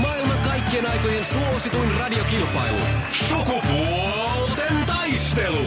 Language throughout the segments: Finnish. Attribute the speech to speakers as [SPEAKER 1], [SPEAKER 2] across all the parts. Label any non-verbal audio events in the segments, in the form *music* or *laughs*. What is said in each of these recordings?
[SPEAKER 1] Maailman kaikkien aikojen suosituin radiokilpailu. Sukupuolten taistelu.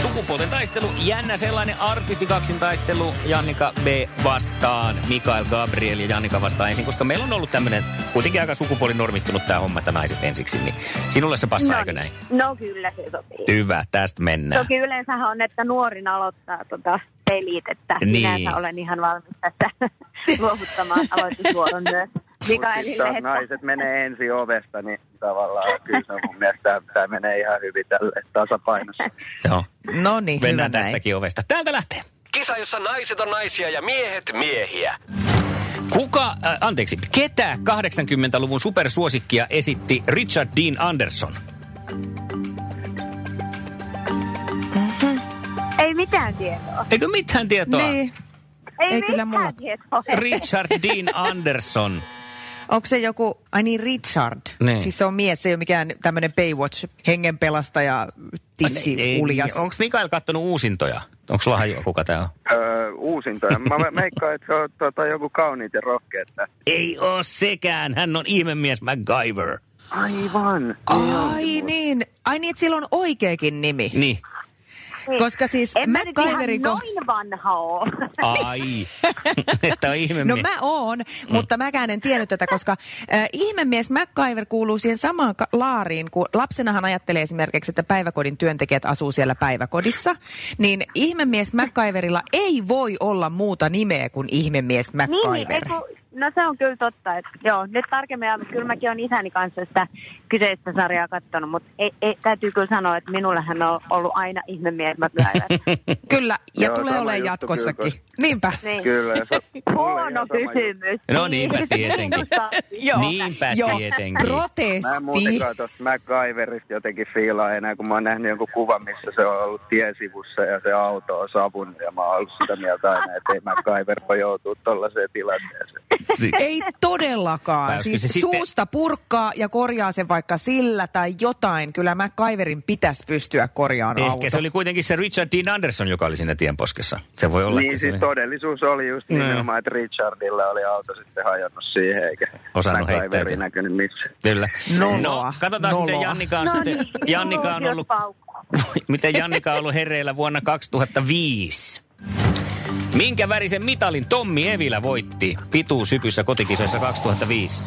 [SPEAKER 2] Sukupuolten taistelu, jännä sellainen artistikaksintaistelu. Jannika B. vastaan Mikael Gabriel ja Jannika vastaan ensin, koska meillä on ollut tämmöinen kuitenkin aika sukupuolinormittunut tämä homma, että naiset ensiksi, niin sinulle se passaa, no, eikö näin?
[SPEAKER 3] No kyllä se sopii.
[SPEAKER 2] Hyvä, tästä mennään.
[SPEAKER 3] Toki yleensähän on, että nuorin aloittaa tota pelit, että
[SPEAKER 2] Niin.
[SPEAKER 3] minänsä olen ihan valmis tässä *laughs* luovuttamaan aloitusvuoron myös.
[SPEAKER 4] Mut sit
[SPEAKER 3] Mikaelille,
[SPEAKER 4] taas
[SPEAKER 3] että
[SPEAKER 4] naiset menee ensi ovesta, niin tavallaan kyllä se on mun mielestä tämä menee ihan hyvin tälle tasapainossa.
[SPEAKER 2] Joo,
[SPEAKER 5] No niin, hyvä
[SPEAKER 2] mennään
[SPEAKER 5] näin.
[SPEAKER 2] tästäkin ovesta. Täältä lähtee.
[SPEAKER 1] Kisa, jossa naiset on naisia ja miehet miehiä.
[SPEAKER 2] Kuka, äh, anteeksi, ketä 80-luvun supersuosikkia esitti Richard Dean Anderson?
[SPEAKER 3] ei mitään tietoa.
[SPEAKER 2] Eikö mitään tietoa?
[SPEAKER 5] Niin.
[SPEAKER 3] Ei,
[SPEAKER 5] Ei
[SPEAKER 3] mitään
[SPEAKER 5] kyllä mulla.
[SPEAKER 3] tietoa.
[SPEAKER 2] Richard Dean Anderson.
[SPEAKER 5] Onko se joku, ai niin Richard.
[SPEAKER 2] Niin.
[SPEAKER 5] Niin. Siis se on mies, se ei ole mikään tämmöinen Baywatch hengenpelastaja, tissi,
[SPEAKER 2] niin,
[SPEAKER 5] uljas.
[SPEAKER 2] Onko Mikael kattonut uusintoja? Onko sulla hajua, kuka tämä on?
[SPEAKER 4] Öö, uusintoja. Mä ve- veikkaan, että se on tota, joku kauniit ja rohkeat lähtee.
[SPEAKER 2] Ei oo sekään. Hän on ihmemies MacGyver.
[SPEAKER 4] Aivan.
[SPEAKER 5] Ai niin, ai niin, että sillä on oikeakin nimi.
[SPEAKER 2] Niin.
[SPEAKER 3] Niin.
[SPEAKER 5] Koska siis
[SPEAKER 3] en mä nyt ihan
[SPEAKER 5] MacGyverin koht-
[SPEAKER 3] noin vanha oo. *laughs*
[SPEAKER 5] *laughs*
[SPEAKER 2] Ai. että on
[SPEAKER 5] No
[SPEAKER 2] ihmemies.
[SPEAKER 5] mä oon, mutta
[SPEAKER 2] Mm.
[SPEAKER 5] mäkään en tiennyt tätä, koska äh, ihmemies MacGyver kuuluu siihen samaan ka- laariin, kun lapsenahan ajattelee esimerkiksi, että päiväkodin työntekijät asuu siellä päiväkodissa, niin ihmemies MacGyverilla ei voi olla muuta nimeä kuin ihmemies
[SPEAKER 3] Niin, ei
[SPEAKER 5] MacGyver.
[SPEAKER 3] kun- no se on kyllä totta. Että, joo, nyt tarkemmin, ja kyllä mäkin olen isäni kanssa sitä kyseistä sarjaa katsonut, mutta ei, ei, täytyy kyllä sanoa, että minullahan on ollut aina ihme mies
[SPEAKER 4] *laughs*
[SPEAKER 3] MacGyver.
[SPEAKER 5] Kyllä, ja
[SPEAKER 4] Joo,
[SPEAKER 5] tulee
[SPEAKER 4] sama
[SPEAKER 5] olemaan
[SPEAKER 4] juttu
[SPEAKER 5] jatkossakin.
[SPEAKER 4] kyllä,
[SPEAKER 5] Niinpä.
[SPEAKER 3] Niin.
[SPEAKER 4] Kyllä. ja Se, mulle ihan
[SPEAKER 3] Huono
[SPEAKER 4] sama juttu.
[SPEAKER 3] kysymys.
[SPEAKER 2] No niinpä tietenkin.
[SPEAKER 5] Joo.
[SPEAKER 2] Niinpä
[SPEAKER 5] Joo.
[SPEAKER 2] tietenkin.
[SPEAKER 4] Mä en
[SPEAKER 5] Protesti.
[SPEAKER 4] muutenkaan tuosta MacGyverista jotenkin fiilaa enää, kun mä oon nähnyt jonkun kuvan, missä se on ollut tiesivussa ja se auto on savun. Ja mä oon ollut sitä mieltä aina, että ei MacGyver voi joutua tollaiseen tilanteeseen.
[SPEAKER 5] Ei todellakaan.
[SPEAKER 2] Pääskö
[SPEAKER 5] Siis
[SPEAKER 2] se sitten-
[SPEAKER 5] suusta purkaa ja korjaa sen vaikka sillä tai jotain. Kyllä MacGyverin pitäisi pystyä korjaamaan auto.
[SPEAKER 2] Ehkä se oli kuitenkin se Richard Dean Anderson, joka oli siinä tienposkessa. Se voi olla,
[SPEAKER 4] Niin,
[SPEAKER 2] että se
[SPEAKER 4] siis todellisuus oli just
[SPEAKER 2] Niin.
[SPEAKER 4] nimenomaan, että Richardilla oli auto sitten hajonnut siihen, eikä
[SPEAKER 2] Osannut
[SPEAKER 4] MacGyveri
[SPEAKER 2] heittäytyä.
[SPEAKER 4] näkynyt missään.
[SPEAKER 2] Kyllä.
[SPEAKER 5] Noloa.
[SPEAKER 2] No, katsotaan miten
[SPEAKER 5] Noloa.
[SPEAKER 2] Jannika
[SPEAKER 3] No
[SPEAKER 2] on, No sitten,
[SPEAKER 3] niin,
[SPEAKER 2] Jannika on ollut *laughs* miten Jannika on ollut hereillä vuonna 2005. Minkä värisen mitalin Tommi Evilä voitti pituushypyssä kotikisoissa 2005?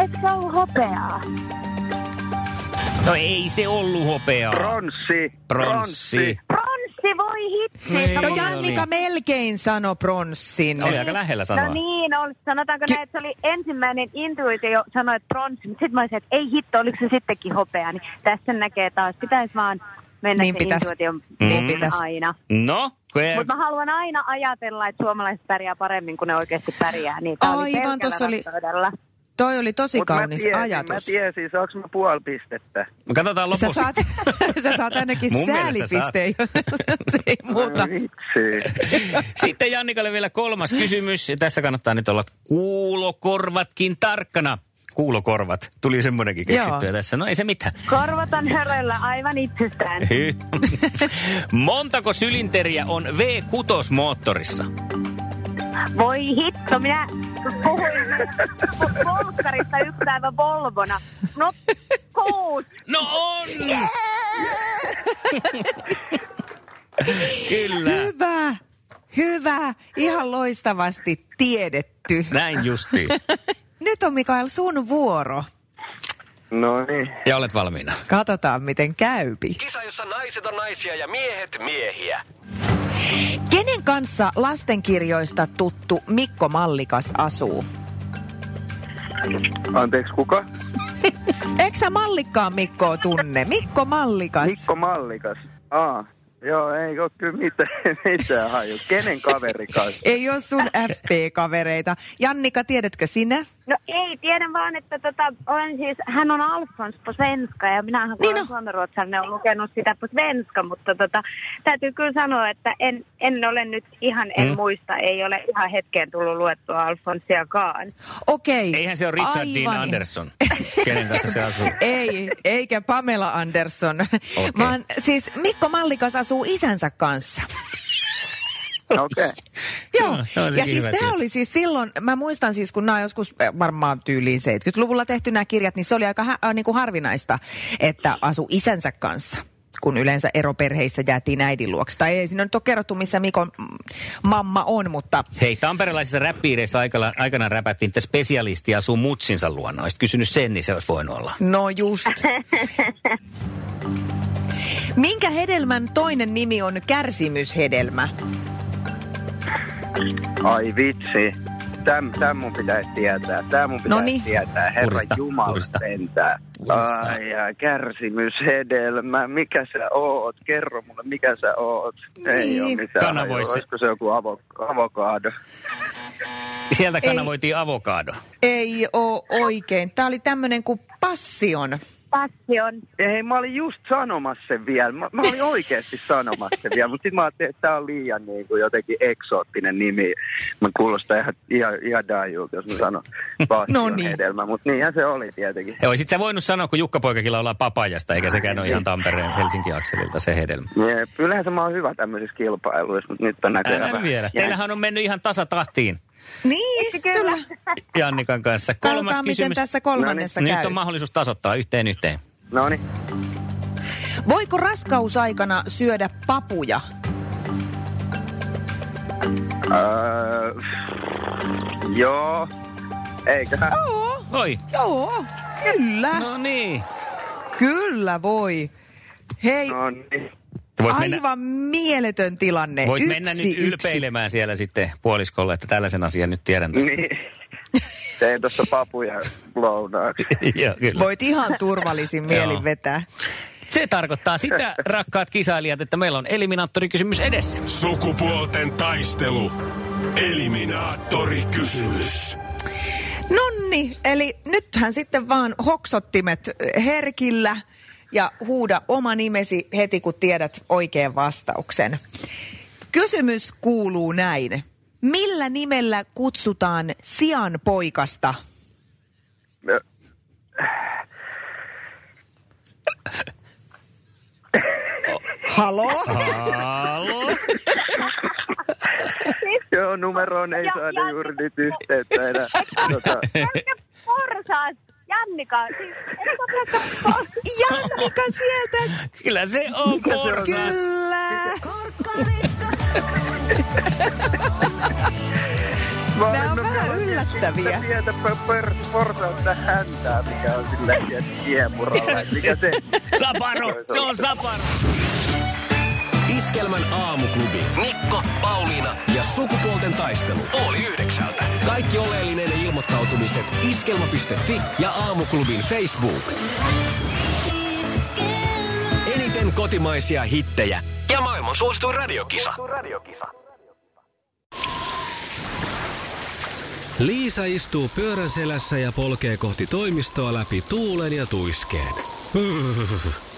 [SPEAKER 3] Eikö se ollut hopeaa?
[SPEAKER 2] No ei se ollut hopeaa.
[SPEAKER 4] Pronssi!
[SPEAKER 2] Pronssi.
[SPEAKER 3] Pronssi, voi
[SPEAKER 2] Ei.
[SPEAKER 3] hitsi.
[SPEAKER 5] No
[SPEAKER 2] Niin,
[SPEAKER 5] Jannika
[SPEAKER 2] niin.
[SPEAKER 5] melkein sanoi pronssin.
[SPEAKER 2] Oli aika lähellä sanoa.
[SPEAKER 3] No niin, oli, sanotaanko näin, että se oli ensimmäinen intuitio, sanoi, että pronssi, mutta sitten mä olisin, että ei hitto, oliko se sittenkin hopea, niin tässä näkee taas, pitäisi vaan mennä
[SPEAKER 5] Niin
[SPEAKER 3] niin
[SPEAKER 5] pitäis.
[SPEAKER 3] intuition
[SPEAKER 5] Niin
[SPEAKER 3] mukaan
[SPEAKER 5] pitäis.
[SPEAKER 3] aina.
[SPEAKER 2] No, kun ei-
[SPEAKER 3] Mutta mä haluan aina ajatella, että suomalaiset pärjää paremmin kuin ne oikeasti pärjää. Niin tää oli
[SPEAKER 5] Aivan,
[SPEAKER 3] pelkällä
[SPEAKER 5] tossa oli-
[SPEAKER 3] rakkaudella.
[SPEAKER 5] Toi oli tosi
[SPEAKER 4] Mut
[SPEAKER 5] kaunis
[SPEAKER 4] mä tiesin, Mä
[SPEAKER 5] ajatus.
[SPEAKER 4] tiesin, saanko mä puoli pistettä?
[SPEAKER 2] katsotaan
[SPEAKER 5] Sä
[SPEAKER 2] lopuksi.
[SPEAKER 5] saat, sä saat *laughs* ainakin
[SPEAKER 2] Mun mielestä
[SPEAKER 5] säälipisteen. *laughs* se ei muuta.
[SPEAKER 4] No Vitsi.
[SPEAKER 2] *laughs* Sitten Jannikalle vielä kolmas kysymys. Ja tässä kannattaa nyt olla kuulokorvatkin tarkkana. Kuulokorvat. Tuli semmoinenkin
[SPEAKER 5] Joo.
[SPEAKER 2] keksittyä tässä. No ei se mitään.
[SPEAKER 3] Korvat on höröllä aivan itsestään.
[SPEAKER 2] Hy. *laughs* Montako sylinteriä on V6-moottorissa?
[SPEAKER 3] Voi hitto, minä puhuin polkkarista yksi päivä Volvona. No, kuus.
[SPEAKER 2] No
[SPEAKER 5] *laughs*
[SPEAKER 2] on! Yeah! Kyllä,
[SPEAKER 5] Hyvä, hyvä. Ihan loistavasti tiedetty.
[SPEAKER 2] näin justiin.
[SPEAKER 5] Nyt on Mikael sun vuoro.
[SPEAKER 4] No niin.
[SPEAKER 2] Ja olet valmiina.
[SPEAKER 5] Katsotaan, miten käypi.
[SPEAKER 1] Kisa, jossa naiset on naisia ja miehet miehiä.
[SPEAKER 5] Kenen kanssa lastenkirjoista tuttu Mikko Mallikas asuu?
[SPEAKER 4] Anteeksi, kuka?
[SPEAKER 5] Eikö sä Mallikkaan Mikkoa tunne? Mikko Mallikas.
[SPEAKER 4] Mikko Mallikas. Aa, Joo, ei ole kyllä mitään, *laughs* mitään haju. Kenen kaveri kanssa?
[SPEAKER 5] Ei ole sun FP-kavereita. Jannika, tiedätkö sinä?
[SPEAKER 3] No ei, tiedän vaan, että tota, olen siis, hän on Alfons på svenska ja minähän kun
[SPEAKER 5] Niin
[SPEAKER 3] niin olen
[SPEAKER 5] on.
[SPEAKER 3] suomenruotsalainen, olen lukenut sitä på svenska, mutta tota, täytyy kyllä sanoa, että en, en ole nyt ihan, en
[SPEAKER 2] Mm.
[SPEAKER 3] muista, ei ole ihan hetkeen tullut luettua Alfonsiakaan.
[SPEAKER 5] Okei.
[SPEAKER 2] Eihän se ole Richard Dean
[SPEAKER 5] Aivan.
[SPEAKER 2] Anderson, kenen kanssa se asuu.
[SPEAKER 5] Ei, eikä Pamela Anderson, okay. vaan siis Mikko Mallikas asuu isänsä kanssa.
[SPEAKER 4] No Okei.
[SPEAKER 5] Joo,
[SPEAKER 2] se on
[SPEAKER 5] ja
[SPEAKER 2] sekin
[SPEAKER 5] siis
[SPEAKER 2] niin hyvä
[SPEAKER 5] tämä
[SPEAKER 2] tieto.
[SPEAKER 5] oli siis silloin, mä muistan siis, kun nämä on joskus äh, varmaan tyyliin 70-luvulla tehty nämä kirjat, niin se oli aika hä- äh, niin kuin harvinaista, että asu isänsä kanssa kun yleensä eroperheissä jäätiin äidin luokse. Tai ei siinä nyt ole kerrottu, missä Mikon mm, mamma on, mutta
[SPEAKER 2] Hei, tamperelaisissa räppiireissä aikana, aikanaan räpättiin, että spesialisti asuu mutsinsa luona. Olisit kysynyt sen, niin se olisi voinut olla.
[SPEAKER 5] no
[SPEAKER 2] *laughs*
[SPEAKER 5] just. Minkä hedelmän toinen nimi on kärsimyshedelmä?
[SPEAKER 4] Ai vitsi. Täm, täm mun pitäisi tietää. Tää mun pitäisi
[SPEAKER 5] Noniin.
[SPEAKER 4] tietää. Herra
[SPEAKER 2] Purista,
[SPEAKER 4] Jumala
[SPEAKER 2] purista.
[SPEAKER 4] sentään.
[SPEAKER 2] Purista.
[SPEAKER 4] Ai ja kärsimyshedelmä. Mikä sä oot? Kerro mulle, mikä sä oot. Ei
[SPEAKER 5] Niin.
[SPEAKER 4] ole mitään.
[SPEAKER 2] Kanavoi
[SPEAKER 4] hajua.
[SPEAKER 2] se.
[SPEAKER 4] Olisiko se joku avo, avokaado?
[SPEAKER 2] Sieltä
[SPEAKER 5] Ei.
[SPEAKER 2] kanavoitiin avokaado.
[SPEAKER 5] Ei oo oikein. Tämä oli tämmöinen kuin passion.
[SPEAKER 3] Passion.
[SPEAKER 4] Ei, mä olin just sanomassa sen vielä. Mä, mä olin oikeasti sanomassa sen vielä, mutta sitten mä ajattelin, että tämä on liian niin kuin jotenkin eksoottinen nimi. Mä kuulostan ihan, ihan, ihan daijulta, jos mä sanon
[SPEAKER 5] No
[SPEAKER 4] no
[SPEAKER 5] niin.
[SPEAKER 4] niin. hedelmä, mutta niinhän se oli tietenkin.
[SPEAKER 2] Ja olisit sä voinut sanoa, kun Jukka Poikakin laulaa papajasta, eikä sekään ole ihan Tampereen Helsinki-akselilta se hedelmä.
[SPEAKER 4] Jep, Kyllähän se on hyvä tämmöisissä kilpailuissa, mutta nyt on näköjään
[SPEAKER 2] Älä
[SPEAKER 4] vähän-
[SPEAKER 2] vielä. Teillähän on mennyt ihan tasatahtiin
[SPEAKER 5] Niin, kyllä.
[SPEAKER 2] Jannikan kanssa. Kolmas
[SPEAKER 5] Katsotaan,
[SPEAKER 2] kysymys. No niin.
[SPEAKER 5] miten tässä kolmannessa
[SPEAKER 2] Nyt
[SPEAKER 5] käy.
[SPEAKER 2] on mahdollisuus tasoittaa yhteen yhteen.
[SPEAKER 4] No niin.
[SPEAKER 5] Voiko raskausaikana syödä papuja?
[SPEAKER 4] Öö, joo. Eiköhän.
[SPEAKER 5] Joo,
[SPEAKER 2] Oi.
[SPEAKER 5] joo, kyllä,
[SPEAKER 2] No niin.
[SPEAKER 5] kyllä voi. Hei,
[SPEAKER 4] No niin.
[SPEAKER 2] Voit mennä,
[SPEAKER 5] aivan mieletön tilanne.
[SPEAKER 2] voit
[SPEAKER 5] yksi,
[SPEAKER 2] mennä nyt
[SPEAKER 5] yksi.
[SPEAKER 2] ylpeilemään siellä sitten puoliskolle, että tällaisen asian nyt tiedän tästä.
[SPEAKER 4] niin. Tein tuossa papuja lounaaksi.
[SPEAKER 5] Mm.
[SPEAKER 2] Joo, kyllä.
[SPEAKER 5] Voit ihan turvallisin
[SPEAKER 2] *laughs* Joo.
[SPEAKER 5] mielin vetää.
[SPEAKER 2] Se tarkoittaa sitä, rakkaat kisailijat, että meillä on eliminaattorikysymys edessä.
[SPEAKER 1] Sukupuolten taistelu. Eliminaattori kysymys.
[SPEAKER 5] Nonni, eli nythän sitten vaan hoksottimet herkillä ja huuda oma nimesi heti, kun tiedät oikean vastauksen. Kysymys kuuluu näin. Millä nimellä kutsutaan sian poikasta?
[SPEAKER 4] Ö,
[SPEAKER 5] Halo?
[SPEAKER 2] Halo?
[SPEAKER 4] Joo, numeroon ei
[SPEAKER 3] Ja-
[SPEAKER 4] saada
[SPEAKER 3] ja-
[SPEAKER 4] juuri nyt yhteyttä enää. Tota,
[SPEAKER 3] Pelkkä porsaas. Jannika, siis eikö pelkkä porsaas?
[SPEAKER 5] Jannika sieltä!
[SPEAKER 2] Kyllä se on porsas.
[SPEAKER 5] Kyllä!
[SPEAKER 4] mä
[SPEAKER 5] Nää on
[SPEAKER 4] no,
[SPEAKER 5] vähän
[SPEAKER 4] mä olin
[SPEAKER 5] yllättäviä.
[SPEAKER 4] Sitä tietä p- per, porsautta häntää, mikä on sillä tiedä, kiemuralla. että Mikä se?
[SPEAKER 2] Saparo, se on saparo.
[SPEAKER 1] Iskelmän aamuklubi. Mikko, Pauliina ja sukupuolten taistelu. Oli yhdeksältä. Kaikki oleellinen ilmoittautumiset iskelma.fi ja aamuklubin Facebook. Eniten kotimaisia hittejä ja maailman suosituin radiokisa. Liisa istuu pyörän selässä ja polkee kohti toimistoa läpi tuulen ja tuiskeen.